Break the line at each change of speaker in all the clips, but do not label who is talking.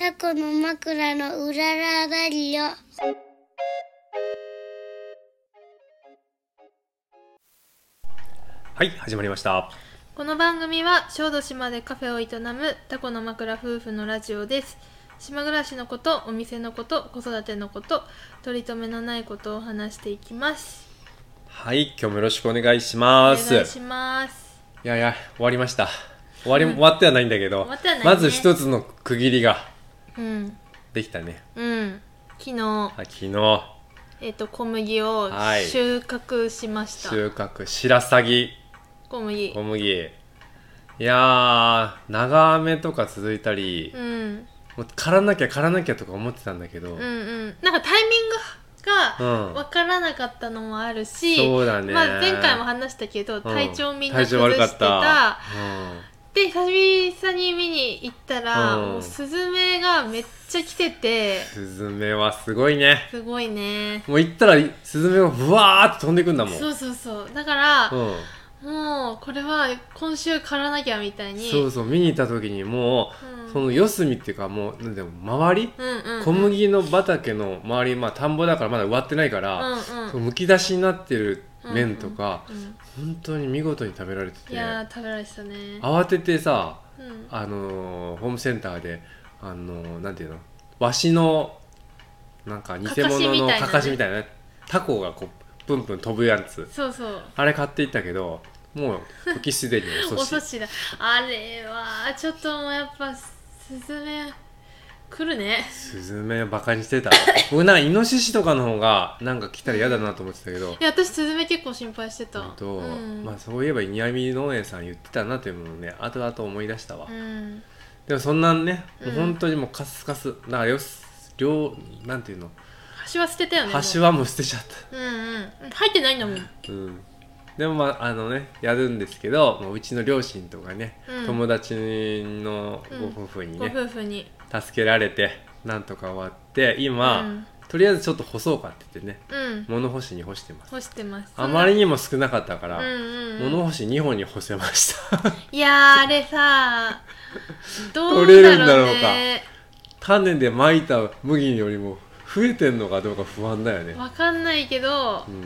タコの枕のうららだりよ。
はい、始まりました。
この番組は小豆島でカフェを営むタコの枕夫婦のラジオです島暮らしのことお店のこと子育てのこと取り留めのないことを話していきます
はい、今日もよろしくお願いします。い
お願いします
やいや、終わりました。終わり、終わってはないんだけど、
終わってはないね
まず一つの区切りが
うん
できたね。
うん昨日
あ昨日、
えっ、と小麦を
はい
収穫しました、
収穫、白鷺、
小麦
小麦。いやー、長雨とか続いたり、
うん、うん
もう刈らなきゃ刈らなきゃとか思ってたんだけど、
うんなんかタイミング
うん
が分からなかったのもあるし、
そうだね。
まあ、前回も話したけど
うん
体調みんな
体調
崩
悪か
し
って
た
た。うん
で久々に見に行ったら、
うん
もうスズメがめっちゃ来てて
スズメはすごいね。
すごいね
もう行ったらスズメがぶわーって飛んでくんだもん。
そうそうそうだから、
うん。
もうこれは今週狩らなきゃみたいに
そうそう見に行った時にもう、
うん
その四隅っていうかもうなんだろう周り、
うんうんうん、
小麦の畑の周りまあ田んぼだからまだ植わってないから、
うん
そうのむき出しになってる
ん
麺とか、
うんうん
本当に見事に食べられてて
いやー食べられてたね
慌ててさ
うん
あのーホームセンターであのーなんていうのわしのなんか偽物の
か
か
か
か
し
し
み
み
た
たいなねタコがこうプンプン飛ぶやつ
そうそう
あれ買っていったけどもう時すでに 遅
お
し
寿司だあれはちょっともうやっぱスズメ来るね
スズメバカにして た僕なんかイノシシとかの方がなんか来たら嫌だなと思ってたけど
いや私スズメ結構心配してた
ほんと
うん
まあ、そういえばイニヤミ農園さん言ってたなというものをね後々思い出したわ、
うん
でもそんなんね、もううん本当にもうカスカスだからよす両なんていうの
橋は捨てたよねもう
端はもう捨てちゃっ
うんうん入ってないんだもんう
た、うん、でもまああのねやるんですけどもううちの両親とかね、
うん
友達のご夫婦に
ご
ね、
夫婦に
助けられてなんとか終わって今、
うん
とりあえずちょっと干そうかって言ってね
うん
物干しに干してます
干してます
あまりにも少なかったか
うん
ら、
うんうん
物干し2本に干せました
いやーあれさどう
取れる
なんん
だ
だ
ろ
ろ
う
う
か
ね
種でまいた麦よりも増えてんのかどうか不安だよね、
わかんないけど
うん、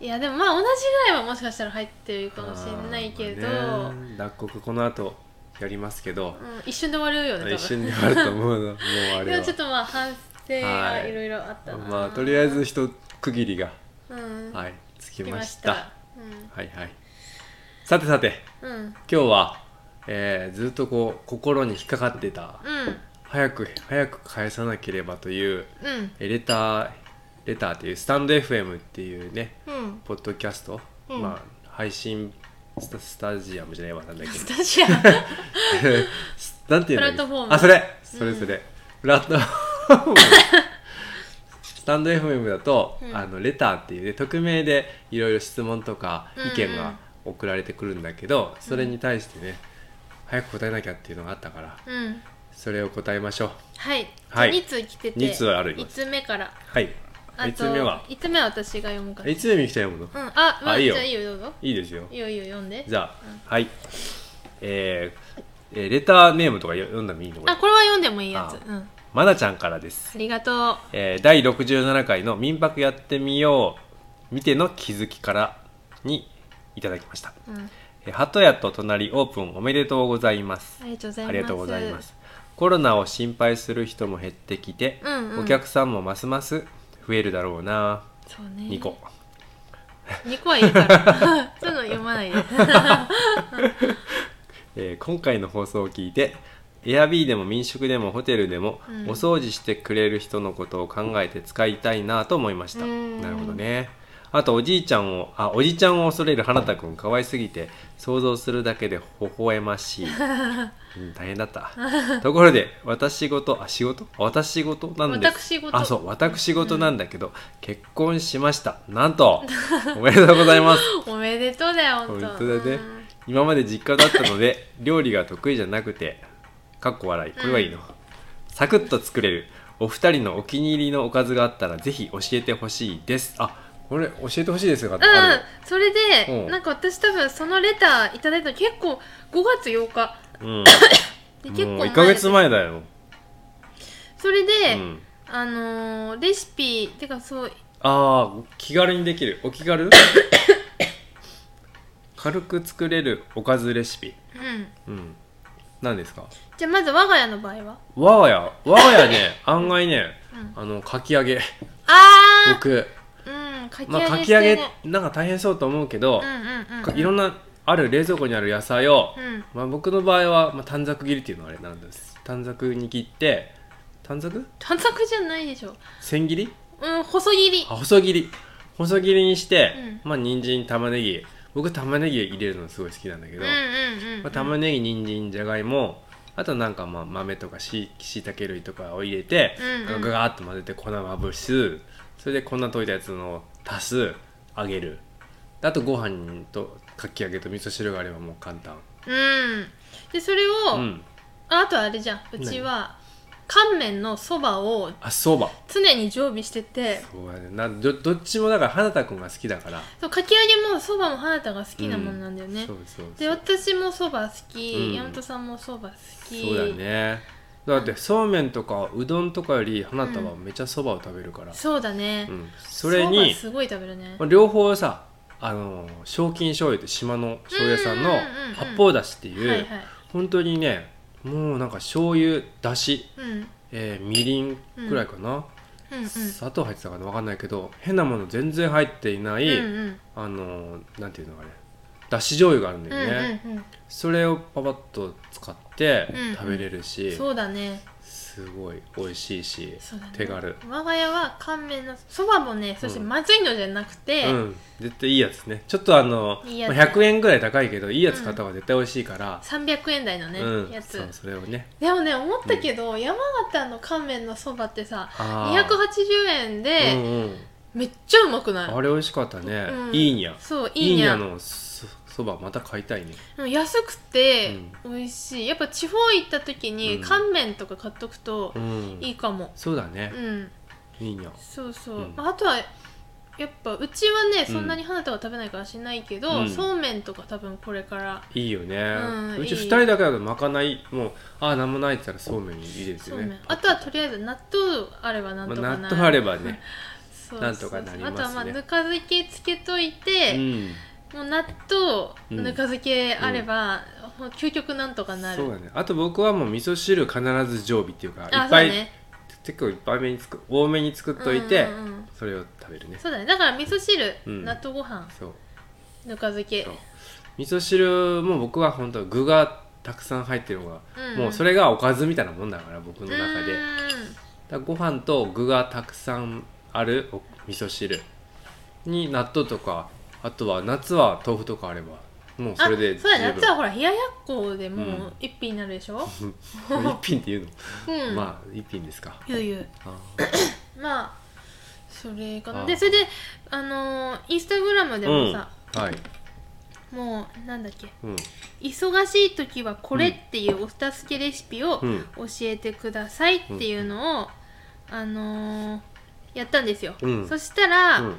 いやでもまあ同じぐらいはもしかしたら入ってるかもしれないけど、
あーね脱穀この後やりますけど、
うん、一瞬で終わるよね多分
一瞬で終わると 思うのもうあ
で
れ
も
は
ちょっとまあ反省
は
が
い
いろいろあったな、
まあとりあえず一区切りが、
うん、
はいつき
来
ま
ま
し
したた
はいはいさてさて
うんうん
今日は、えーずっとこう心に引っかかってた
うん
早く早く返さなければという
うん
えーレターレターっていうスタンド FM っていうね
うん
ポッドキャスト、
うん
まあ配信スタスタジアムじゃないわなんだっけ
スタジアム
す なんていうんだっけ
プラットフォーム
あそれそれそれ、プラットフ ォームスタンド FM だと、
うん
あのレターっていうね匿名でいろいろ質問とか
うんうん
意見が送られてくるんだけど、それに対してね早く答えなきゃっていうのがあったから
うん
それを答えましょう
はい、
はい
2通来てて
二通ある
5つ目から
はい
あと
5つ目は
5つ目は私が読むから
5つ目に来たよもの、
うんあ、まあ、
あいいよ
じゃあいいよどうぞ
いいですよ
いいよいいよ読んで
じゃあ、はい。えーえーレターネームとかよ読んだらいいのこれ
あこれは読んでもいいやつ
あ
うんあ
まなちゃんからです。
りがと
えー、第67回の民泊やってみよう見ての気づきからにいただきました。
う、うん、
えー、鳩屋と隣オープンおめでとうございます
あ。りがとうございます
ありがとうございます。コロナを心配する人も減ってきて、
うんうん
お客さんもますます増えるだろうな。
そうね
2個。
2個はいいから そういうの読まないで
えー今回の放送を聞いて Airb でも民宿でもホテルでも、
うん
お掃除してくれる人のことを考えて使いたいなと思いました
うん
なるほどねあとおじいちゃんをあおじいちゃんを恐れる花田くん可愛すぎて想像するだけで微笑ま しい、うん、大変だったところで私事あ仕事私事なんです
私事
あそう私事なんだけど、結婚しましたなんとおめでとうございます
おめでとうだよ本
本
当
当だね
うん
今まで実家だったので 料理が得意じゃなくてかっこ笑いこれはいいの、サクッと作れるお二人のお気に入りのおかずがあったらぜひ教えてほしいですあこれ教えてほしいですが、
うん
ある
それで、
うん
なんか私多分そのレターいただいたの結構5月8日
うん
で 結構
もう
前
1ヶ月前だよ、
それで、
うん、
あのーレシピてかそう
ああ気軽にできるお気 軽軽く作れるおかずレシピ
うん
うん何ですか
じゃあまず我が家の場合は
我が家我が家ね案外ね、あのかき揚げ
あ
僕、
ーうんかき揚
まあ、
げ
か
し
き
て
揚げ
ね
なんか大変そうと思うけど
う、んうん
か
うん
いろんなある冷蔵庫にある野菜を、
うん
まあ、僕の場合は、まあ、短冊切りっていうのはあれなんです短冊に切って短冊
短冊じゃないでしょ
千切り
うん細切り
あ細切り細切りにして、
う
まあ人参玉ねぎ僕玉ねぎ入れるのすごい好きなんだけ
うん
ど、
うんうん、う
まあ、
ん、
玉ねぎ人参じゃがいもあとなんかまあ豆とかしいたけ類とかを入れて、
うんうん
ガガーッと混ぜて粉まぶすそれで粉溶いたやつの足す揚げるであとご飯とかき揚げと味噌汁があればもう簡単
うんでそれを、
うん
ああとあれじゃんうちは乾麺のそばを
あそうば
常に常備してて
そうやねなどどっちもだから花田君が好きだから
そうかき揚げもそばも花田が好きなもんなんだよね、
そうそうそう
で私もそば好き、
うん
山本さんもそば好き
そうだねだってそうめんとかうどんとかより花田はめっちゃそばを食べるから、
そうだね、
うんそれに
そばすごい食べるね
まあ両方さあの賞金醤油って島の醤油屋さんの
うんうんうんうん
八方だしっていう,、
はいはい
本当にねもうなんか醤油だし、
うん
えーみりんくらいかな、
うんうん
砂糖入ってたかな分かんないけど変なもの全然入っていない、
うんうん
あのなんていうのあれだし醤油があるんだよね、
うんうん
それをパパッと使って
うん
食べれるし、
うん、そうだね
すごい美味しいし、
そうだね
手軽
我が家は乾麺のそばもねそして
うん
まずいのじゃなくて、
うん絶対いいやつねちょっとあの
いいやつ
まあ100円ぐらい高いけどいいやつ買った方が絶対美味しいから、
300円台のね、
うん
やつ
そうそれをね
でもね思ったけど、山形の乾麺のそばってさ
あー
280円で、
うんうん、
めっちゃうまくない
あれ美味しかったね、
うん
いいにゃ
そうい
い
い
いに
に
ゃ
ゃ
のそそばまた買いたいね
でも安くて美味しい、やっぱ地方行った時に
うん
乾麺とか買っとくと
うん
いいかも
そうだね
う、ん、
いいにゃ
そうそう、
うん
まああとはやっぱうちはね
うん
そんなに花とは食べないからしないけど、
うん
そうめんとか多分これから
いいよね、
うん
うち
いい
2人だけだとまかないもうああ何もないって言ったらそうめんいいです
そ
よ
う
ね
めん、あとはとりあえず納豆あればなんとか
ま
な
あ
る、
納豆あればね、
そうそうそう
なんとかなりますね
あとはまあぬか漬けつけというて、
ん、
もう納
う
豆
ん
ぬか漬けあれば、もう究極なんとかなる
そうだねあと僕はもう味噌汁必ず常備っていうかいっ
あ
ぱ
そう
い、
だね
結構いっぱいめにつく多めに作っといて、
うんうんうん
それを食べるね
そうだねだから味噌汁、
うん
納豆ご飯
そう
ぬか漬け
そう味噌汁も僕は本当は具がたくさん入ってるのが、
うん
もうそれがおかずみたいなもんだから僕の中でだ
う
からご飯と具がたくさんあるお味噌汁に納豆とかあとは夏は豆腐とかあればもうそれ
ーん
で
あそうだね
十
夏は
分
ほら冷ややっこでも
う
うん一品になる でしょ、
一品っていうの、
うん
まあ一品ですか
ゆうゆう
あ
まあそれか
あ
な
ー
でそれであのーインスタグラムでもさ、
うん、はい、
もうなんだっけ
うん、
忙しい時はこれっていうお助けレシピを
う
教
ん
えてくださいっていうのを、あのーやったんですよ、
うん
そしたら、
うん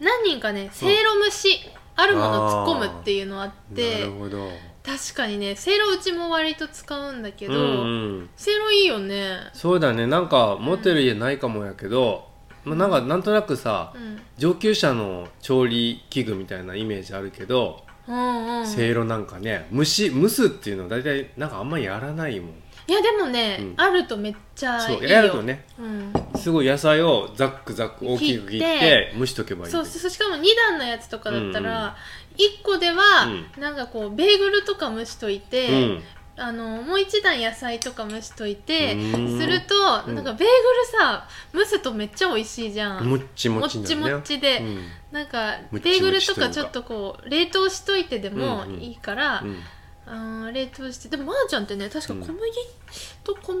何人かねせいろ蒸し、あるものを突っ込むっていうのあっ
な
て
るほど
確かにねせいろうちも割と使うんだけど、
うんうん、
せいろいいよね
そうだねなんか持ってる家ないかもやけど、まあ、なんかなんとなくさ、
うん
上級者の調理器具みたいなイメージあるけど、
うんうん
せいろなんかね蒸し蒸すっていうのは大体なんかあんまやらないもん、
いやでもね、
うん
あるとめっちゃいい
そう
よ
やるとね
うん、
すごい野菜をザックザック大きく切って蒸しとけばいい
そうそうしかも2段のやつとかだったら、1個では、
う
なんかこうベーグルとか蒸しというて、
ん、
あのもう1段野菜とか蒸しといて、
うん
すると
うん
なんかベーグルさ蒸すとめっちゃ美味しいじゃん、
もっちも
もっ
ち
ち
に
も
な
ち
るね
で、
うん
なんか
も
ベ
っちもち
ーグルとか
と
ち
いうか
ょっとこう冷凍しといてでも
うんうん
いいから、
うん
あー冷凍してでもまーちゃんってね確か小麦と米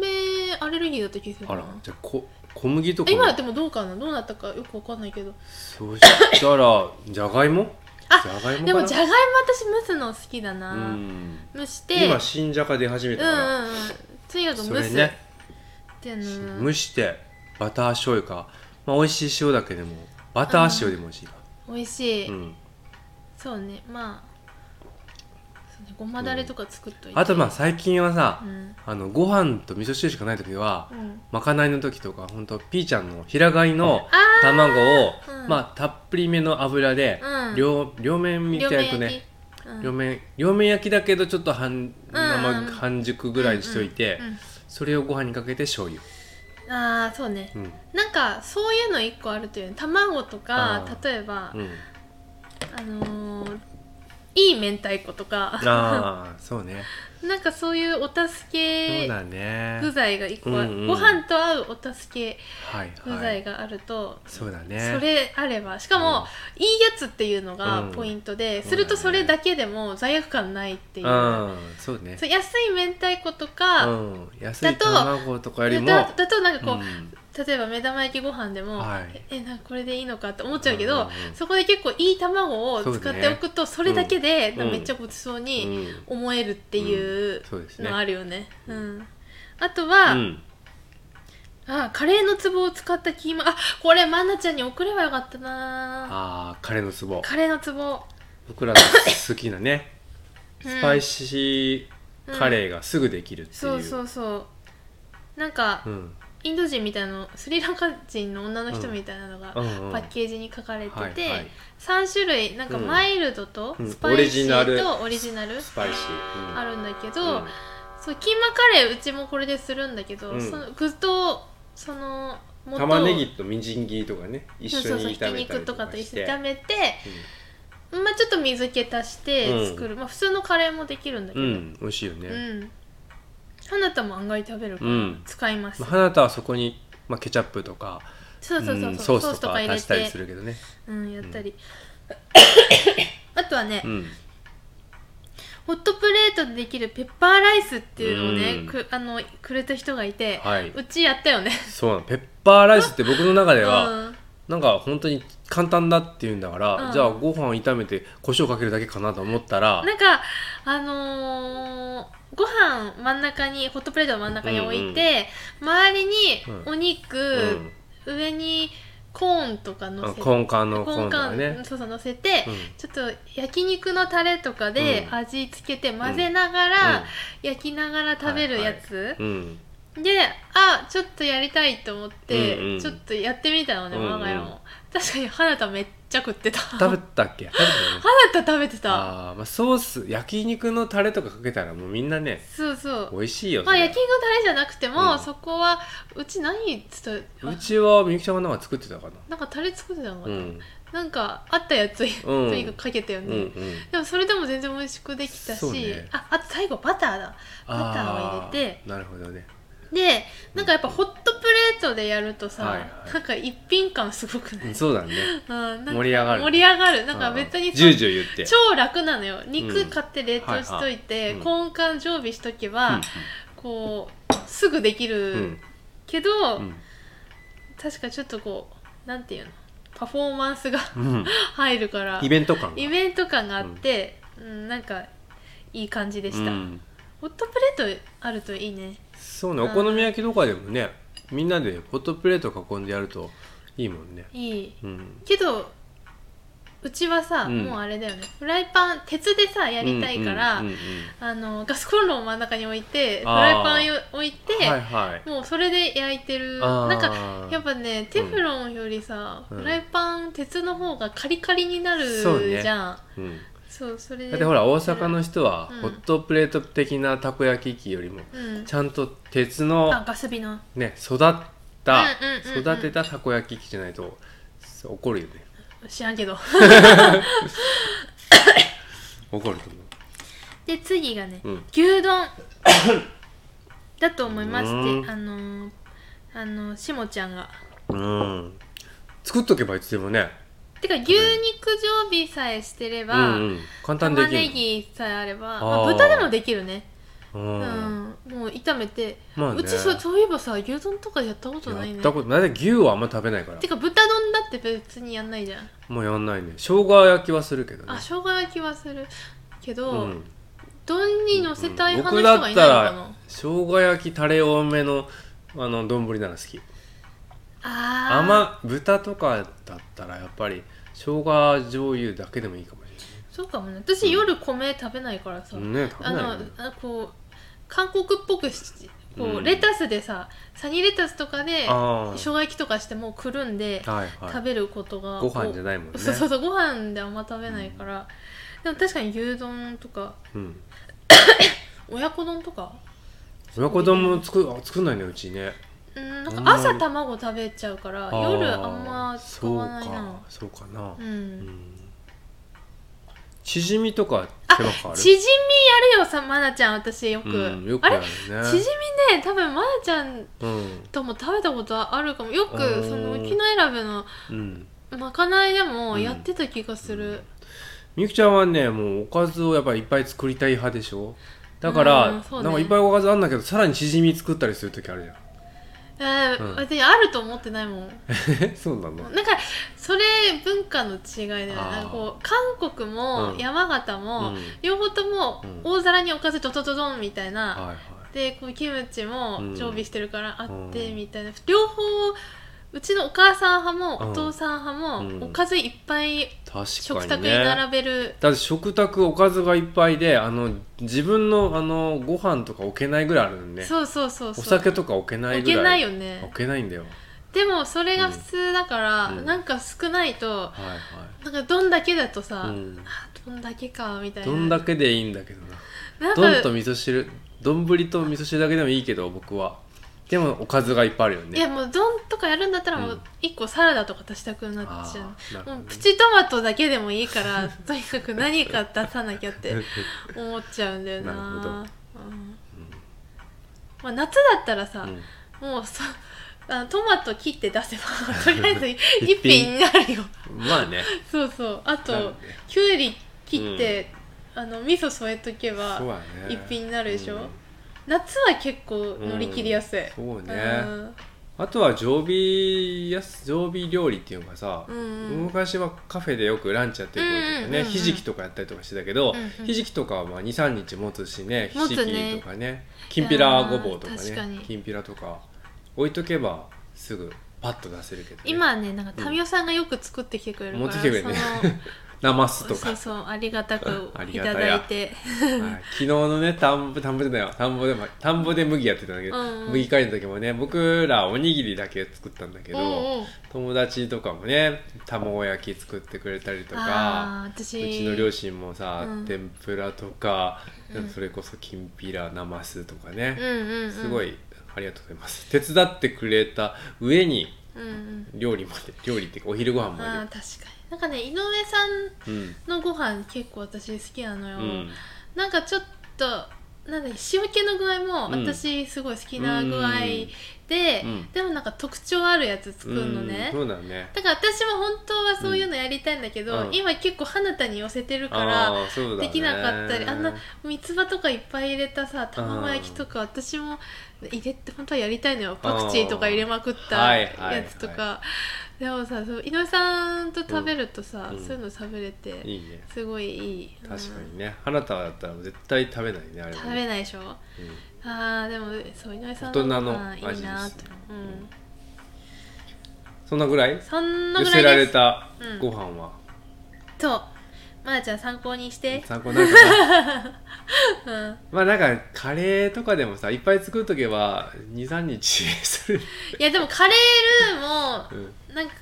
アレルギーだった気がする
あ
な、
らじゃあこ小麦とか
今でもどうかなどうなったかよくわかんないけど
そうしたらじゃがいも
あ
じゃがいも
で
か
も
な
じゃがいも私蒸すの好きだな、
うん
蒸して
今新じゃが出始め
うん
た
う
から、
んうんとにかく
そ
蒸
れ
す、
ね
っての
蒸してバター醤油か、まあ、美味しい塩だけでもバター塩でも美味しいか
美味しい、
うん
そうねまあそねごまだれとか作っといて、
あとまあ最近はさ、
うん
あのご飯と味噌汁しかない時は
う、ん
まかないの時とかほんとピーちゃんの平飼いの
あー
卵を
うん
まあたっぷりめの油で、
うん
両両面見て焼くね
きうん
両面両面焼きだけどちょっと半生、
うん
半熟ぐらいにしといて、
うんうん
それをご飯にかけて醤油、
うんああそうね
うん
なんかそういうの一個あるというね卵とか
あー
例えば、
うん、
あのーいい明太子とか
ああそうね
なんかそういうお助
そう
け
だね
具材が一個、
うんうん
ご飯と合うお助け
はい
具
は
材
い
があると、
そうだね
それあればしかも、いいやつっていうのがポイントで、
ん
するとそれだけでも罪悪感ないっていう、
うんそうね
そう安い明太子とか、
うん、安い卵とかよりも
だだとなんかこう、
うん
例えば目玉焼きご飯でも、
はい
ええなんかこれでいいのかって思っちゃうけど、
うんうんうん
そこで結構いい卵を使っておくとそ,、
うね
れだけで、
うん
なんかめっちゃごちそうに
うん
思えるっていう
そうですね
のあるよね。うんあとは、
うん
あカレーの壺を使ったキーマあこれマンナちゃんに送ればよかったな
ああカレーの壺
カレーの壺
僕らの好きなね
うん
スパイシーカレーがすぐできるっていう、
そうそうそうなんか、
うん
インド人みたいなスリランカ人の女の人みたいなのが、
うんうん
パッケージに書かれてて、
はいはい
3種類なんか
うん
マイルドと
うん
スパイシ
オリジナ
ー
ル
とオリジナル
スパイシー、うん
あるんだけど、
うん
そうキーマカレーうちもこれでするんだけど、
うん
その具とその元を
玉ねぎとみじん切りとかね一緒
そうそうそう
に
ひき
炒めたり
肉と
と
か
か
と
し
一
て
緒に炒めて、
う
まあ、ちょっと水気足して作る、まあ普通のカレーもできるんだけ
ん、うん
ど、
美味しいよね、
うん花田も案外食べるから、
うん
使います、
まあ、花田はそこに、まあ、ケチャップとか
そうそうそうそう、
ん
ソ
ソ
ー
ー
ス
ス
と
と
か
か
入れ
足したり
て
するけどね
うんやったり、あとはね、
うん
ホットプレートでできるペッパーライスっていうのをね、
うん
くあのくれた人がいて、
はいう
ちやったよね
そうなのペッパーライスって僕の中では、
うん
なんか本当に簡単だっていうんだから、
うん
じゃあご飯炒めて胡椒かけるだけかなと思ったら
なんかあのーご飯真ん中にホットプレートを真ん中に置いて、周りにお肉、上にコーンとか乗
うん
せて、
コンカンの
コ
コ
ー
ー
ン
ン
カ
だ
ン、
ね
そうそう乗せて、
うん
ちょっと焼肉のタレとかで
うん
味付けて混ぜながら、
うん
焼きながら食べるやつ、
うん
であちょっとやりたいと思って、
うんうん
ちょっとやってみたのね、
うんうん
我が家も確かに花田めっちゃ食ってた
食べ
花
たっけ食べたよね
田食べてた
あー、まあ、ソース焼肉のタレとかかけたらもうみんなね
そうそう
美味しいよ
まあ
それ
焼き肉のタレじゃなくても、
うん
そこはうち何っつった
うちはみゆきちゃんがなんか作ってたかな
なんかタレ作ってたのか
う
な、
ん
なんかあったやつ、
ん
とにかくかけたよ
うんう
ね、
ん
でもそれでも全然美味しくできたし、
そうね
ああと最後バターだバターを入れて
あーなるほどね
でなんかやっぱホットプレートでやるとさ、
はいはい
なんか一品感すごくない、
うんそうだね
うんなんか
盛り上がる
盛り上がるなんか別に
ジュージュー言って
超楽なのよ肉買って冷凍しとい
う
て、
んはいはいうん
コーン缶常備しとけば、
うん
こうすぐでき
う
る
ん
けど、
うん
確かちょっとこうなんていうのパフォーマンスが
うん
入るから
イベント感が
イベント感があって、うんなんかいい感じでした、
うん
ホットプレートあるといいね
そうねお好み焼きとかでもねみんなでホットプレート囲んでやるといいもんね
いい
うん
けどうちはさ、
うん
もうあれだよねフライパン鉄でさやりたいから、
うんうんうん
あのガスコンロを真ん中に置いてフ
あー
ライパンを置いて、
うんはいはい
もうそれで焼いてる
あー
なんかやっぱねテフロンよりさ、
うん
フライパン鉄の方がカリカリになる
そうね
じゃん
うん
そう,、それで
だってほら大阪の人は
うん
ホットプレート的なたこ焼き器よりも
うん
ちゃんと鉄
あ
の
ガス火の
ね育った
うんうんうんうん
育てたたこ焼き器じゃないとそう怒るよね
知らんけど
怒ると思
で次がね、
うん
牛 丼だと思いますっ
うん
てあのーあのーしもちゃんが
ううん作っとけばいつでもね
てか牛肉常備さえしてれ
う
ば、
んうん簡単に
玉
で
ね
きる
ぎさえあれば
あー
まあ、豚でもできるね
う
うんん、もう炒めて、
まあね
うちそうそういえばさ牛丼とかやったことない
や
ね
ったことないだって牛はあんま食べないから
てか豚丼だって別にやんないじゃん、
もうやんないね生姜焼きはするけどね
あ生姜焼きはするけど、
うん
丼に乗せたい派
僕
の人
だっ
がいない
た
のからな
生姜焼きタレ多めのあの丼なら好き
あー
甘豚とかだったらやっぱり生姜醤油だけでもいいかもしれない
そうかもね私、夜米食べないからさ、
ね食べ
あ
ない
の
よね
あこう韓国っぽくしこう、
うん
レタスでさサニーレタスとかで
あー
生姜焼きとかしてもうくるんで
はい
食
は
べることが、
いご飯じゃ
な
な
い
いもんね
そうそうそうご飯であんま食べないから、でも確かに牛丼とか
うん
親子丼とか
親子丼も作あ作んないねうちね
うんなん
あん
か
まり
朝卵食べちゃうから
ー
夜あんま使わないな
そうかそうかな
う、
うん
ん
チヂミとか
あ
手間かある
縮みやるよさまなちゃん私よく,、
うん、よく
あ
や
れ
るね
縮みね多分まなちゃん
うん
とも食べたことあるかもよ
お
く
ー
その浮きの選ぶの
うん
まかないでもやってた気がする、
みゆきちゃんはねもうおかずをやっぱりいっぱい作りたい派でしょだから、
うんそうね
なんかいっぱいおかずあんだけどさらにチヂミ作ったりする時あるじゃ
えー
うん
別にあると思ってないもん
んえそうなの
なんかそれ文化の違いだよね
あー
なんかこう韓国も
うん
山形も、
うん
両方とも
うん
大皿におかずドドドドンみたいな、
はいはい
でこうキムチも
うん
常備してるからあって
うん
みたいな、両方うちのお母さん派
うん
もお父さん派も、
うん
おかずいっぱい食
確か
卓
に
に
ね
並べる、
だって食卓おかずがいっぱいであの自分のあのご飯とか置けないぐらいあるのね
そうそうそうそう
お酒とか置けないぐ
置
らい
けないよ
置
ね
けないんだよ
でもそれが普通だから、
うん
なんか少ないと
はいはい
なんかどんだけだとさ、
うん
あどんだけかみたいな
どんだけでいいんだけどな
なん
どんと
か
味噌汁丼と味噌汁だけでもいいけど僕はでもおかずがいっぱいあるよ
いや
ね
もう丼とかやるんだったらも
う
うん一個サラダとか足したくなっちゃ
あーなる
う、
ほどね
もうプチトマトだけでもいいからとにかく何か出さなきゃって思っちゃうんだよな
なるほど
うんまあ、夏だったらさ、もうそ あのトマト切って 出せばとりあえず一品になるよ
うんまあね
そうそうあ
なるね
ときゅうり切って、あの味噌添えとけば
そうやね
一品になるでしょ、
うん
夏は結構乗り切りやすい、
そうね
うん
あとは常備やす常備料理っていうのがさ、
うんうん
昔はカフェでよくランチやってる頃とか
うんうん
ね、
うんうん
ひじきとかやったりとかしてたけど、
うんうん
ひじきとかはまあ23日持つしねひ
持つ
じ
ね
きとかねきんぴらごぼうとか
いやー確かに
ねきんぴらとか置いとけばすぐパッと出せるけど、ね、
今はねなんか民生さんがよく作ってきてくれるから、
持ってきてくれるねなます
そ
と
の
か
そうそうありがたく
あり
い
がたや
ただいて
はい昨日のね田んぼ田んぼじゃないわ田んぼでも田んぼで麦やってたんだけど、
うんうん
麦刈りの時もね僕らおにぎりだけ作ったんだけど、
うんうん
友達とかもね卵焼き作ってくれたりとか
あー
う
私
ちの両親もさ、
うん
天ぷらとか、
うん
それこそきんぴらなますとかね、
うんうんうん、
すごいありがとうございます手伝ってくれた上に
うんうん
料理ま で料理っていうかお昼ご飯
あ
ま
ー確かになんかね井上さん
でうん
のご飯結構私好きなのよ、
うん
なんかちょっとなんだ塩気の具合も
うん
私すごい好きな具合で、
うん
でもなんか特徴あるやつ作るのね、
うんそうだね
だから私も本当はそういうのやりたいんだけど、
うん
今結構花田に寄せてるから、
あーそうだね
できなかったり、あんな三つ葉とかいっぱい入れたさ卵焼きとか私も入れて本当はやりたいのよパクチーとか入れまくっ
うん
た
はい
や
はい
つとか、でもさそう井上さんと食べるとさ、
うん
そういうの食べれて、
いいね
すごいいい
確か
うん
にね花束だったら絶対食べないねあれはね
食べないでしょ
うん
あーでもそう井上さん
大人の
ご飯いいなと、う
味ですね
ん、
そんなぐらい
そんな
寄
ぐら
せ
い
ら
で
れ
す
た
うん
ご飯は、
そうまなちゃん参考にして
参考になるかな
うん
まあなんかカレーとかでもさいっぱい作るときは23日する、
いやでもカレールー
うん、
もなんか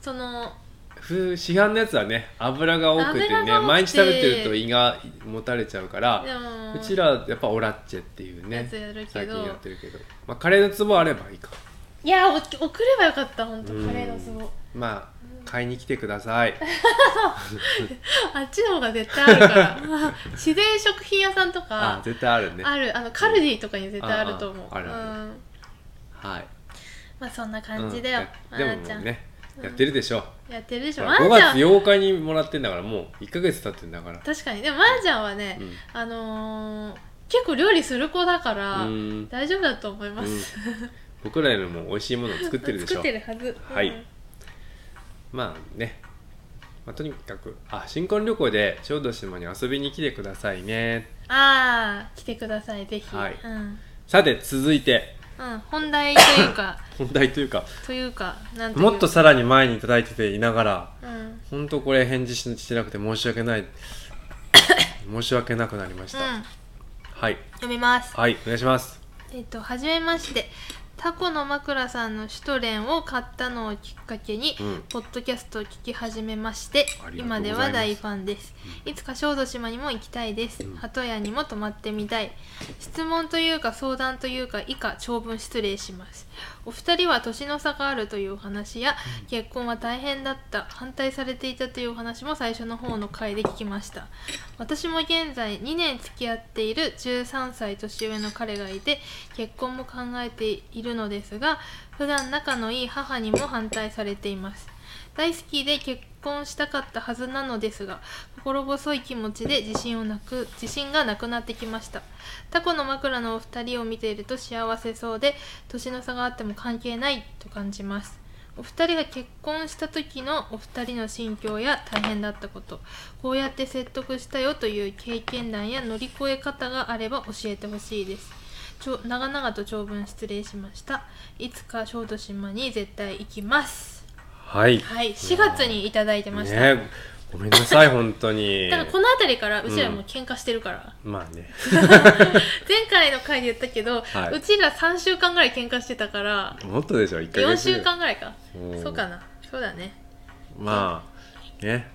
その
ふ市販のやつはね油が多くて
油
ね
が多くて
毎日食べてると胃がもたれちゃうから
でも
うちらやっぱオラッチェっていう
や
ね
つやるけ
最近
ど
やってるけど、まあ、カレーの壺あればいいか
いやお送ればよかった本当
うん
カレーのツボ
まあ買いに来てください
あっちの方が絶対あるから 自然食品屋さんと
あ
か
絶対あるね
あるあのカルディとかに絶対あると思う
あああるあ
うん
はい
まあそんな感じだよ
うん
ま
で
な
も
ちゃ
もうんねやってるでしょ
やってるでしょま
5
なちゃ
月
ん
8日にもらってんだからもう1か月経ってんだから
確かにでもまなちゃんはね
うん
あのー結構料理する子だから
うん
大丈夫だと思います
僕らよりも美味しいものを作ってるでし
作
ょ
ってるはず
はい
うん
まあね、まあ、とにかくあ新婚旅行で小豆島に遊びに来てくださいね
ああ来てくださいぜひ
はい
うん
さて続いて
うん本題というか
本題というか
というかなんというか
もっとさらに前にいただいてていながら
うん
本当これ返事してなくて申し訳ない申し訳なくなりました、
うん、
はい
読みます
はいお願いします
えっと、はじめまして。タコの枕さんのシュトレンを買ったのをきっかけに、
うん
ポッドキャストを聞き始めまして
ありがとうございます
今では大ファンです、いつか小豆島にも行きたいです、鳩屋にも泊まってみたい質問というか相談というか以下長文失礼しますお二人は年の差があるというお話や、結婚は大変だった反対されていたというお話も最初の方の回で聞きました私も現在2年付き合っている13歳年上の彼がいて結婚も考えているのですが普段仲のいい母にも反対されています大好きで結婚したかったはずなのですが心細い気持ちで自信をなく自信がなくなってきましたタコの枕のお二人を見ていると幸せそうで年の差があっても関係ないと感じますお二人が結婚した時のお二人の心境や大変だったことこうやって説得したよという経験談や乗り越え方があれば教えてほしいですちょ長々と長文失礼しましたいつか小豆島に絶対行きます
はい
はい4月にいただいてました、
ねごめんなさい本当に
だからこの辺りからうちらも喧嘩してるから、
まあね
前回の回で言ったけど、
はいう
ちら3週間ぐらい喧嘩してたから
もっとでしょ1ヶ
4
月
週間ぐらいか
うん
そうかなそうだね
まあね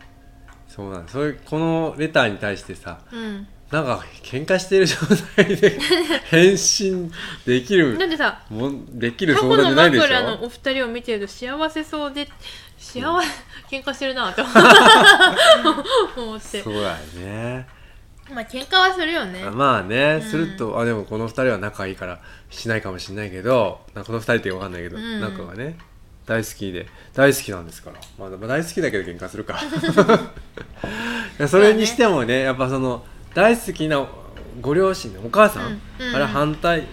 そうなんそういうこのレターに対してさ
うん
なんか喧嘩してる状態 で返信できる
なんでさ
もんできる
タ
相
コ
談じ
の
ゃないでし
枕
ょ
のお二人を見てると幸せそうで幸せ、喧嘩してるなと思って
そうだよね
まあ喧嘩はするよね
あまあね、
うん
するとあでもこの2人は仲いいからしないかもしれないけどなんかこの2人って分かんないけど、
うん
仲がね大好きで大好きなんですから、まあ、まあ大好きだけど喧嘩する かいやそれにしてもねやっぱその大好きなご両親のお母さん、
うんうん
あれ反対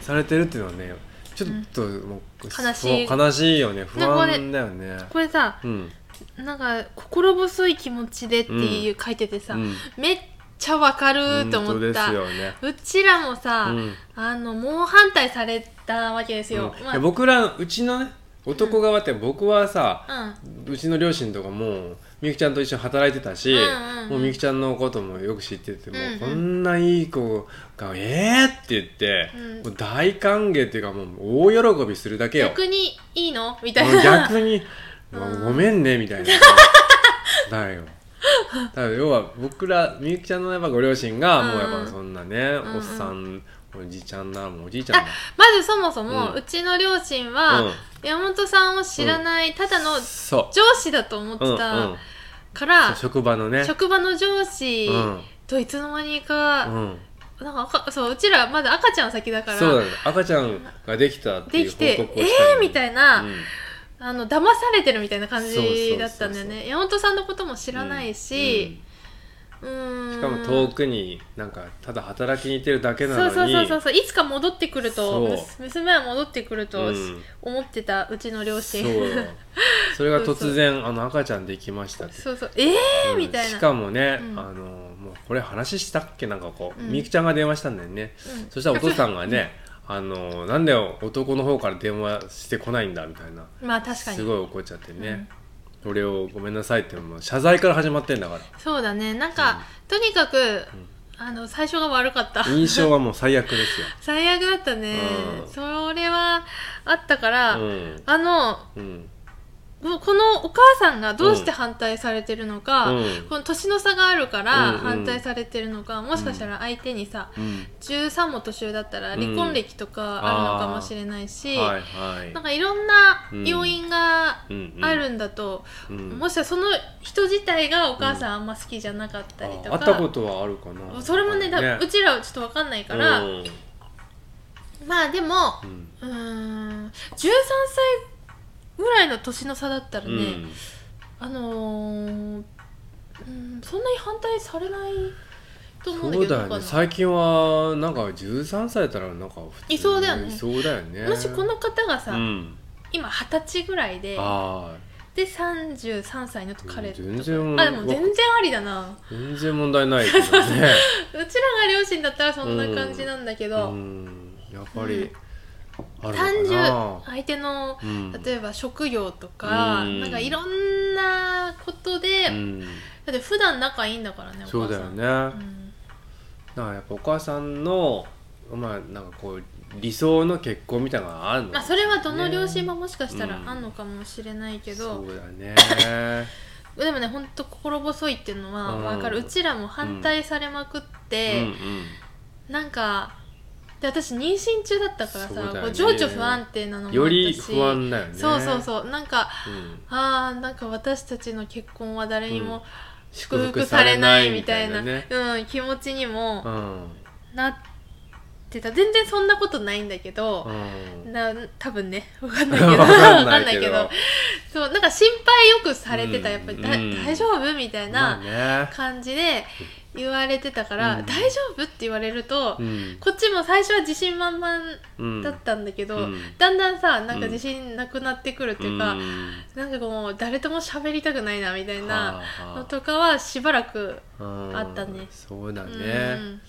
されてるっていうのはねちょっともう、
悲しい
そう悲しいよね不
なんかね
安だよね
これさ
うん
なんか心細い気持ちでっていう書いててさ、
うん
めっちゃわかると
本当
思っ
で
た
すよね
うちらもさ、
うん
あの猛反対されたわけですよ、
うん
ま
い
あ
や僕らうちのね男側って僕はさ、
う
うちの両親とかもみゆきちゃんと一緒に働いてたし、
うんうんうん
もうみゆきちゃんのこともよく知ってて、も
うんうん
うこんないい子が「えー!」って言って、
うん
もう大歓迎っていうかもう大喜びするだけ
ん、
よ
逆にいいのみたい
もう
な
逆に「
うん
もうごめんね」み たいなだよだから要は僕らみゆきちゃんのやっぱご両親がもうやっぱそんなね、
んうん
おっさんおじちゃんなもうおじいちゃんな
まずそもそも、
う
うんちの両親は、
うん
山本さんを知らない、ただの
そ
上司だと思っ
う、うんう
て
ん、
た
そ
から、
う職場のね
職場の上司
うん
といつの間に
う
か、
ん
なんか赤そううちらまだ赤ちゃん先だから
そうだね赤ちゃんができたってい
で
う
きて
報告を
え
した
ーみ
い
たいな、
うん
あの騙されてるみたいな感じだったんだ
そ
よね
うそうそうそ
山本さんのことも知らないし、う
う
ん
ん
ん
しかも遠くになんかただ働きに行ってるだけなの
そう
に
そうそうそうそういつか戻ってくると
そう
娘娘は戻ってくると
うん
思ってたうちの両親
そうよそれが突然あの赤ちゃんできましたって
そうそうええー
うん
みたいな、
しかもね、
うん
あのもうこれ話したっけなんかこう、
うん
みゆきちゃんが電話したんだよね、
うん
そしたらお父さんがねあのなんで男の方から電話してこないんだみたいな
まあ確かに
すごい怒っちゃってね、俺をごめんなさいってもう謝罪から始まってんだから
そうだねなんか、とにかく、あの最初が悪かった
印象はもう最悪ですよ、
最悪だったね、
うん
それはあったから、
うん
あの
うん
もうこのお母さんがどうして反対されてるのか、
うん
この年の差があるから
うんうん
反対されてるのか、もしかしたら相手にさ、
うん
13も年上だったら
うん
離婚歴とかあるのかもしれないし、
はいはい
なんかいろんな要因が
うんうん
あるんだと、
うん
もしかしたらその人自体がお母さんあんま好きじゃなかったりとか、
あ会ったことはあるかな
それもねだう
ち
ちらはちょっとわかんないから、
うん
まあでも
う
うんーん13歳ぐらいの年の差だったらね、
うん
あのーうん、そんなに反対されないと思うん
そ
だけ
う
ど
だよ
どう
ね
かな
最近はなんか13歳だったらなんか普通に
いそうだよね
いそうだよね
もしこの方がさ、
うん
今二十歳ぐらいで
あ
で33歳の彼
ー
と
全然
あでも全然ありだな
全然問題ないけど ね
うちらが両親だったらそんな感じなんだけ
う
ど、
んやっぱりある
単
の
純
か
相手の
なうん
例えば職業とか、
うん
なんかいろんなことで、
うん
だって普段仲いいんだからねお母さん
そうだよね、
うん
なんかやっぱお母さんのまあなんかこう理想の結婚みたいなのがあるの
まあ、それはどの両親ももしかしたら
うん
あんのかもしれないけ
そ
ど、
うだね
でもねほんと心細いっていうのは
うん
分かる、うちらも反対されまくっ
うん
て、なんかで私妊娠中だったから
そうだよ
さ、
ね
こう情緒不安定なの
う
も
ん
あ
よ
っ
り
たし、
不安だよね
そうそう
う、
そうなんか
ん、
あーなんか私たちの結婚は誰に
うん
も
祝
祝福されないみたいな,、うん
ね
気持ちに
う
も
ん
なってた全然そんなことないんだけど、
うん
な多分 ね分かんないけど
分
わ
かん
か
なん
ないい
け
け
ど
どそうなんか心配よくされてた、
うん
やっぱり、
うん
だ大丈夫みたい
まあ
な
ね
感じで言われてたから、
うん
大丈夫って言われると、
うん
こっちも最初は自信満々
うん
だったんだけど、
うん
だんだんさなんか自信なくなってくるっていうか、
ん
なんかこう誰とも喋りたくないなみたいな
はあ
の
は
とかはしばらく、
あうん
あったね
そうだね、
うん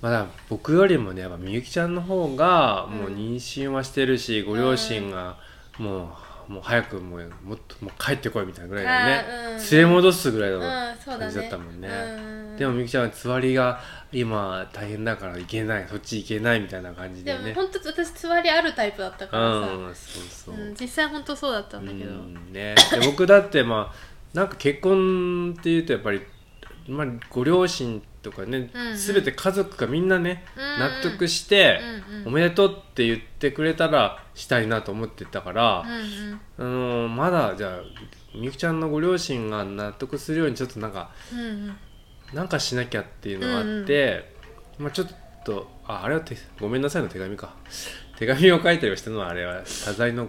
まだ僕よりもねやっぱみゆきちゃんの方がもう
うん
妊娠はしてるし、ご両親がもうもう早くもうもっともう帰ってこいみたいなぐらいだ
あー
ね、
うん
連れ戻すぐらいの
うんそう
感
だね
じだったもんね、
うん
でもみゆきちゃんはつわりが今大変だから行けないそっち行けないみたいな感じで
で
ね
も本当私座りあるタイプだったからさ、
うんそうそう、
うん実際本当そうだったんだけど、
うんね、で僕だってまあなんか結婚っていうとやっぱり、まあ、ご両親とかね、
うんうん
全て家族がみんなね、
うんうん
納得して、
うんうん
おめでとうって言ってくれたらしたいなと思ってたから、
うんうん
あのまだじゃあみゆきちゃんのご両親が納得するようにちょっとなんか
うんうん
なんかしなきゃっていうのがあって、まあ、ちょっとああれはてごめんなさいの手紙か手紙を書いたりはしたのはあれは謝罪の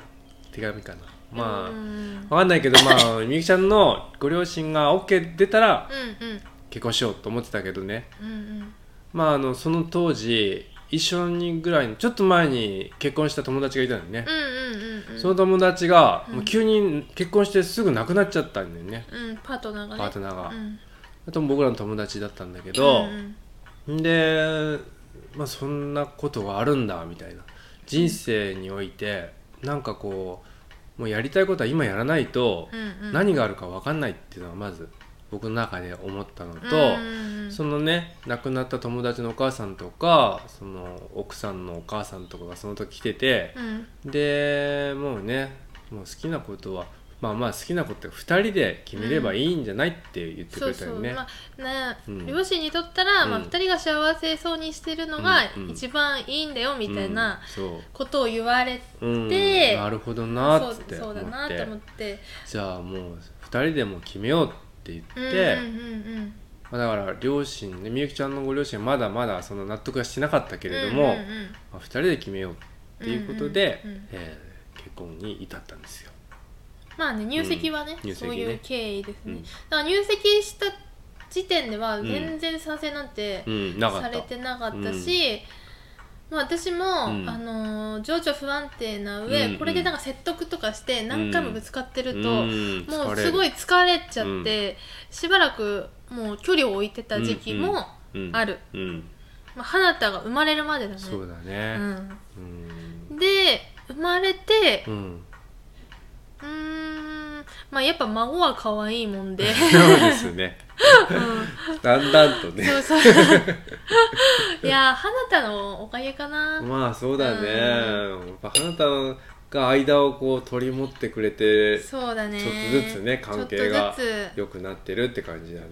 手紙かなまあ、
うんうん
わかんないけどまあ みゆきちゃんのご両親が OK 出たら
うん
結婚しようと思ってたけどね
うんうん
まああのその当時一緒にぐらいのちょっと前に結婚した友達がいたのよね
う、んうんうんうん
その友達が
うん
もう急に結婚してすぐ亡くなっちゃったんだよね、
うんパートナーがね
パートナーが、
うん
あと僕らの友達だったんだけど、
うん
んで、まあ、そんなことがあるんだみたいな人生においてなんかこうもうやりたいことは今やらないと
うんうんうん
何があるか分かんないっていうのがまず僕の中で思ったのと、
うんうんうん
そのね亡くなった友達のお母さんとかその奥さんのお母さんとかがその時来てて
うん
でもうねもう好きなことはまあまあ好きなことって2人で決めればいいんじゃないって言ってく
そう
れた
そ
よ
う、
ね。
まあね、
うん
両親にとったら、まあ、
うん
2人が幸せそうにしてるのが
うんうん
一番いいんだよみたいな
うんそう
ことを言われて、
うん、
で
なるほどな
そ
ーっ
う
つって
そ
思
う
って
だなと思って
じゃあもう2人でもう決めようって言って、
うんうんうんうん、
まあ、だから両親ねみゆきちゃんのご両親はまだまだその納得はしてなかったけれども、
うんうんうん
まあ、2人で決めようっていうことで、
うんうんうん
えー結婚に至ったんですよ。
まあね入籍はね,、
うん入籍
そ
ね
ういう経緯ですね、
うん
だから入籍した時点では全然賛成なんて
うん、なかった
されてなかったし、まあ、私も、
うん
あのー情緒不安定な上、
うんうん
これでなんか説得とかして何回もぶつかってる
ん
と、もう
疲れ
す
る
ごい疲れちゃって、しばらくもう距離を置いてた時期も、
うんうん
ある、
うん
まあ、花田が生まれるまでだね
そうだね。うん
うん、で生まれて
うん
うーんまあやっぱ孫は可愛いもんで、
そうですね。だんだんと
そ
ね。
うそういや花田のおかげかな、
まあそうだね。やっぱ花田が間をこう取り持ってくれて
そうだね
ちょっとずつね関係が
ちょっとずつ
良くなってるって感じだね。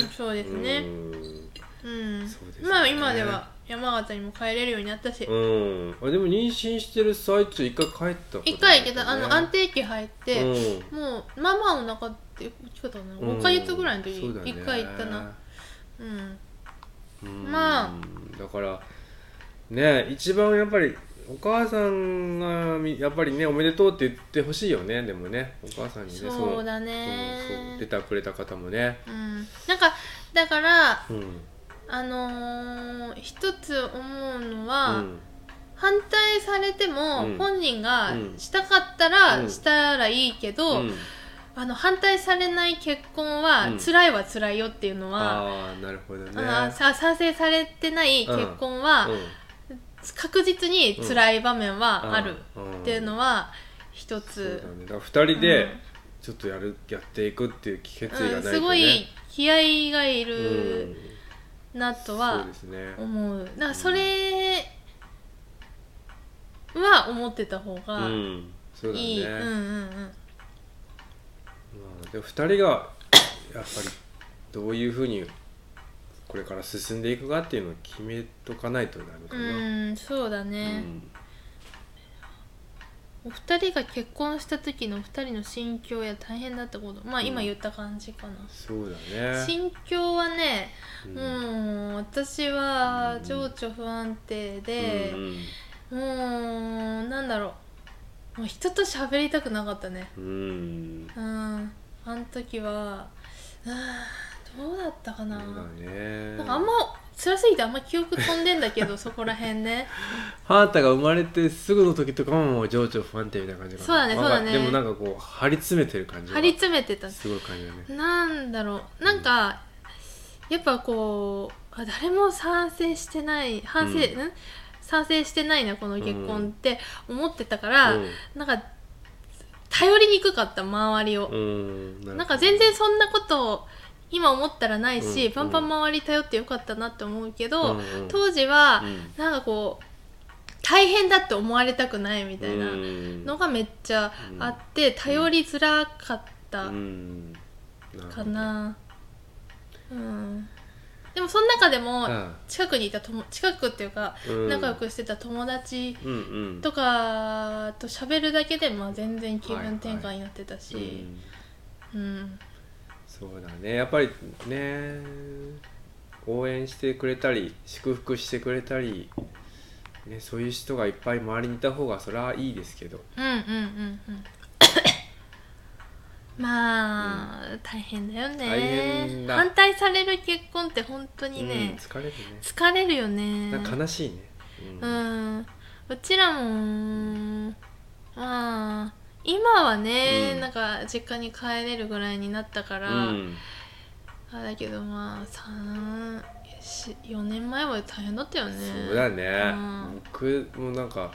うんそうですね
うん
うん
そうですね
まあ今では山形にも帰れるようになったし
うん、あでも妊娠してる最中一回帰ったことない
一回けどあの安
定
定期入って、もうママの中っていくつだったかな5ヶ月ぐらいの時
そうだね
一回行ったなうん
うん
まあ
だからね一番やっぱりお母さんがみやっぱりねおめでとうって言ってほしいよねでもねお母さんにね
そうだ
そ
ね
のそう出てくれた方もね
うんなんかだから
うん、
あのー一つ思うのは、
うん
反対されても
うん
本人が
うん
したかった
う
ら
ん
したらいいけど、
うん
あの反対されない結婚
う
は
ん
辛いは辛いよっていうのは、
ああなるほどね
あのさ賛成されてない結婚は
うん
確実に辛い場面はある
うん
っていうのは一
そう
つ
だ、ね、だから2人
う
で
ん
ちょっとやる、やっていくっていう決意が
う
ないと、
ん、
ね
すごい気合がいうる
ん
なと
そう
は
ですね
思うだからそれは思ってた方
う
が
んそうだね
いい、うんうん
まあ、でも2人がやっぱりどういうふうにこれから進んでいくかっていうのを決めとかないとダメ
う
かな、
んうんそうだ
う
ね、
ん
お二人が結婚した時のお二人の心境や大変だったことまあ今言った感じかな、
そうだね、
心境はね、
うん
もう私は情緒不安定で、もうなんだろうもう人と喋りたくなかったね
うんうん、
うんあの時はうんどうだったか
そ
な,、
うだね
なんかあんま辛すぎてあんま記憶飛んでんだけどそこら辺ね
ハータが生まれてすぐの時とかももう情緒不安定みたいな感じかな
そうだねそうだね
わかでもなんかこ う張り詰めてる感じが
張り詰めてた
すごい感じだね
なんだろうなんか、やっぱこうあ誰も賛成してない反省、
うん
ん賛成してないなこの結婚って思ってたから、なんか頼りにくかった周りを
う、ん、う
なんか全然そんなこと今思ったらないし、
うん
パンパン周り頼ってよかったなって思うけど、
うんうん
当時は、なんかこう大変だって思われたくないみたいなの
の
がめっちゃあって、頼りづらかったかな、うん、でもその中でも近くにいた友近くっていうか仲良くしてた友達
うんうん
とかと喋るだけで、まあ、全然気分転換になってたし、
うん
うん、
そうだねやっぱりね応援してくれたり祝福してくれたり、ね、そういう人がいっぱい周りにいた方がそれはいいですけど
うんう んうんうんまあ、大変だよ
大
ね
変だ
反対される結婚って本当に
うん、
ね、
疲れるね
疲れるよね
なんか悲しいねう
うんんうちらもまあ今はね、
うん
なんか実家に帰れるぐらいになったから、
うん
あれだけどまあ三し4年前は大変だったよね
そうだね、
うん
僕もなんか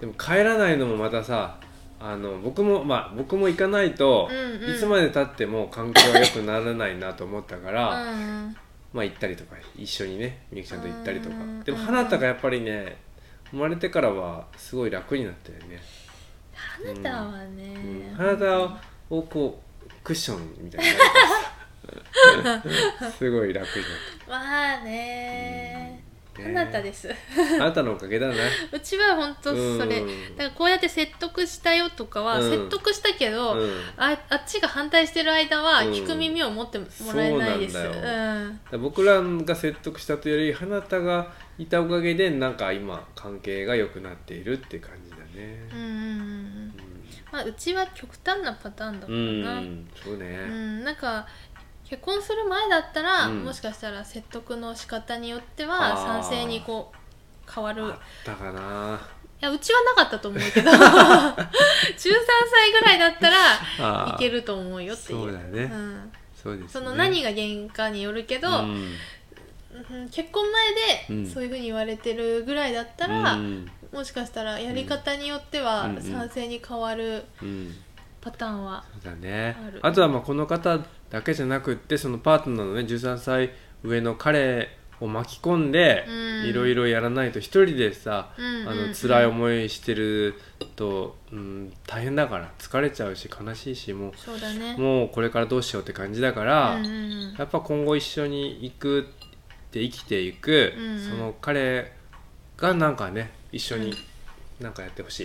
でも帰らないのもまたさあの僕もまあ僕も行かないと、
うんうん
いつまでたっても環境は良くならないなと思ったから、
うん
まあ行ったりとか一緒にねみゆきちゃんと行ったりとか
うん
でも花田がやっぱりね生まれてからはすごい楽になったよね、
花田は
うん
ね、
花田をこうクッションみたい なすごい楽に
まあね、
なった、
花田ですす
花田のおかげだな
うちは本当 それ、
うん
だからこうやって説得したよとかは、
うん
説得したけど、
うん
ああっちが反対してる間は
うん
聞く耳を持ってもらえないです。
そううなんんだ僕らが説得したというより花田がいたおかげでなんか今関係が良くなっているって感じだね
うんうんうんまあうちは極端なパターンだか
う
ら
ん、
な。
う
うん
ん、そうね、
なんか結婚する前だったら、
うん
もしかしたら説得の仕方によって
あ
は
ー
賛成にこう変わる。い
あったかな
やうちはなかったと思うけ ど13歳ぐらいだったら
あー
いけると思うよっていう。
そうだね
ん
そうです、ね、
その何が原因かによるけど、
うん
うん結婚前
うん
でそういうふうに言われてるぐらいだったら、
うん
もしかしたらやり方によっては
うんうん
賛成に変わる
うん
パターンは、
そうだね
ある
あとはまあこの方だけじゃなくってそのパートナーのね13歳上の彼を巻き込んで
うん
いろいろやらないと一人でさ、
うんうんうん
あの辛い思いしてると、うん、大変だから疲れちゃうし悲しいしも
そうだね
うもうこれからどうしようって感じだから、
うんうん
やっぱ今後一緒に行くって生きていく、
うんうん
その彼がなんかね一緒になんかやってほし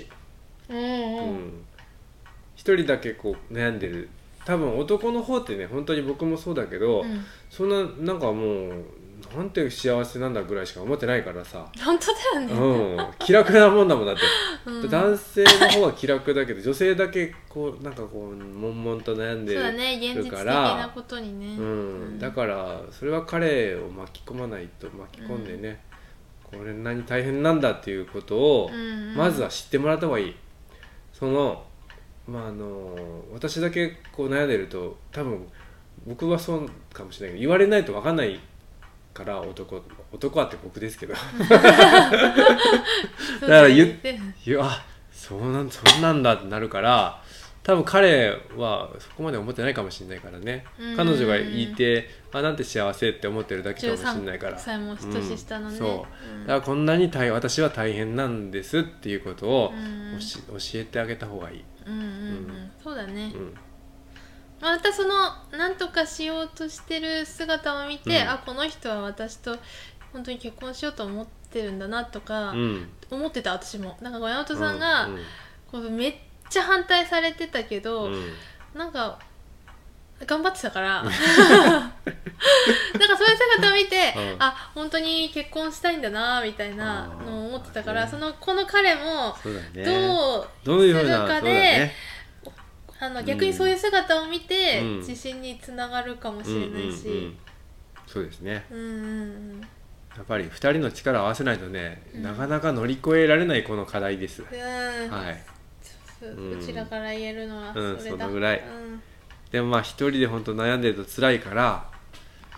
い。
うんうん
うん一人だけこう悩んでる多分男の方ってね本当に僕もそうだけど、
うん
そんななんかもうなんて幸せなんだぐらいしか思ってないからさ、
本当だ
う
よね、
ん、気楽なもんだもんだって、
うんそう
男性の方は気楽だけど女性だけこうなんかこう悶々と悩んでる
だね現
だ
実的
から
なことにね、
うん、だからそれは彼を巻き込まないと巻き込んでね、これ何大変なんだっていうことを、
うんうん
まずは知ってもらった方がいいそのまああの私だけこう悩んでると多分僕はそうかもしれないけど言われないと分かんないから男男はって僕ですけどら言っ
って
いやあそうなんそんなんだってなるから多分彼はそこまで思ってないかもしれないからね
うん
彼女がいてあなんて幸せって思ってるだけかもしれないから
13歳も年下のね、
うんそう
うん
だからこんなに大私は大変なんですっていうことを
うん
おし教えてあげた方がいい、
うんうんう
うん
ん、そうだね、
うん、
またその何とかしようとしてる姿を見て、
うん
あこの人は私と本当に結婚しようと思ってるんだなとか、
うん
思ってた私もなんか小山本さんが、
うん
こうめっちゃ反対されてたけど、
うん
なんか頑張ってたから なんかそういう姿を見て、
うん
あ本当に結婚したいんだなみたいなのを思ってたから、
あー
そのこの彼も
そうだね
どう
どういうふう
する
なそ
かで
うだね
あの逆にそういう姿を見て、
うん
自信につながるかも
うん
しれ
うんう
ないし
んそうですね
うんうん
やっぱり2人の力を合わせないとね、
うん
なかなか乗り越えられないこの課題です、
うん
はいううん
うちらから言えるのはそれ
うん
だ、
そのぐらい
うん
でもまあ一人で本当悩んでると辛いから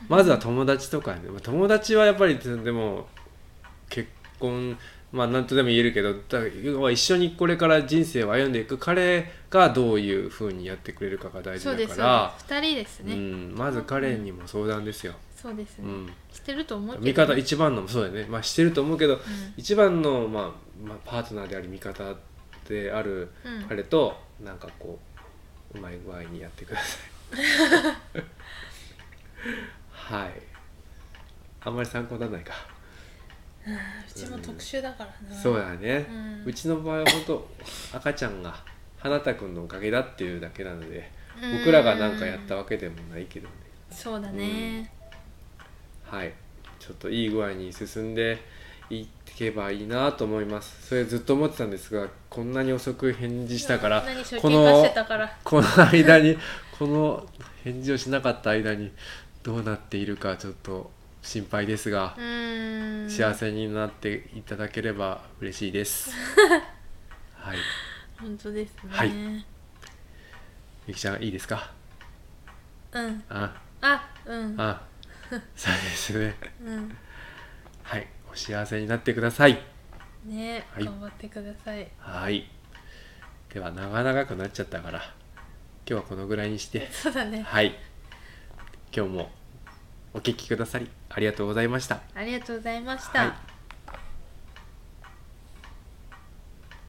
まずは友達とかねまあ友達はやっぱりでも結婚まあ何とでも言えるけどだ要は一緒にこれから人生を歩んでいく彼がどういうふうにやってくれるかが大事
そう
だ
で
か
す
ら
そうです2人ですね、
うん、まず彼にも相談ですよ、
そうです
う
ね、
ん、
してると思うけど
味方一番のそうだよね、まあ、してると思うけど、
ん
一番の、まあまあ、パートナーであり味方である
うん
彼と、なんかこううまい具合にやってくださいはいあんまり参考にならないか、
うちも特殊だからな
そうだね
う、ん
うちの場合は本当赤ちゃんが花田君のおかげだっていうだけなので僕らが何かやったわけでもないけどね
そうだね、
はい、ちょっといい具合に進んでいけばいいなと思いますそれずっと思ってたんですがこんなに遅く返事したから
何しろ
こ
喧嘩
の
してたから
この間にこの返事をしなかった間にどうなっているかちょっと心配ですが
う、ーん
幸せになっていただければ嬉しい です。はい、
本当ですね、
はい
うん
ゆきちゃんいいですかあ
あうん
あそうですね
うん
はいお幸せになってください。
ね、
はい
頑張ってください
はい。では長々くなっちゃったから、今日はこのぐらいにして、
そうだね
はい。今日もお聞きくださりありがとうございました。
ありがとうございました、
はい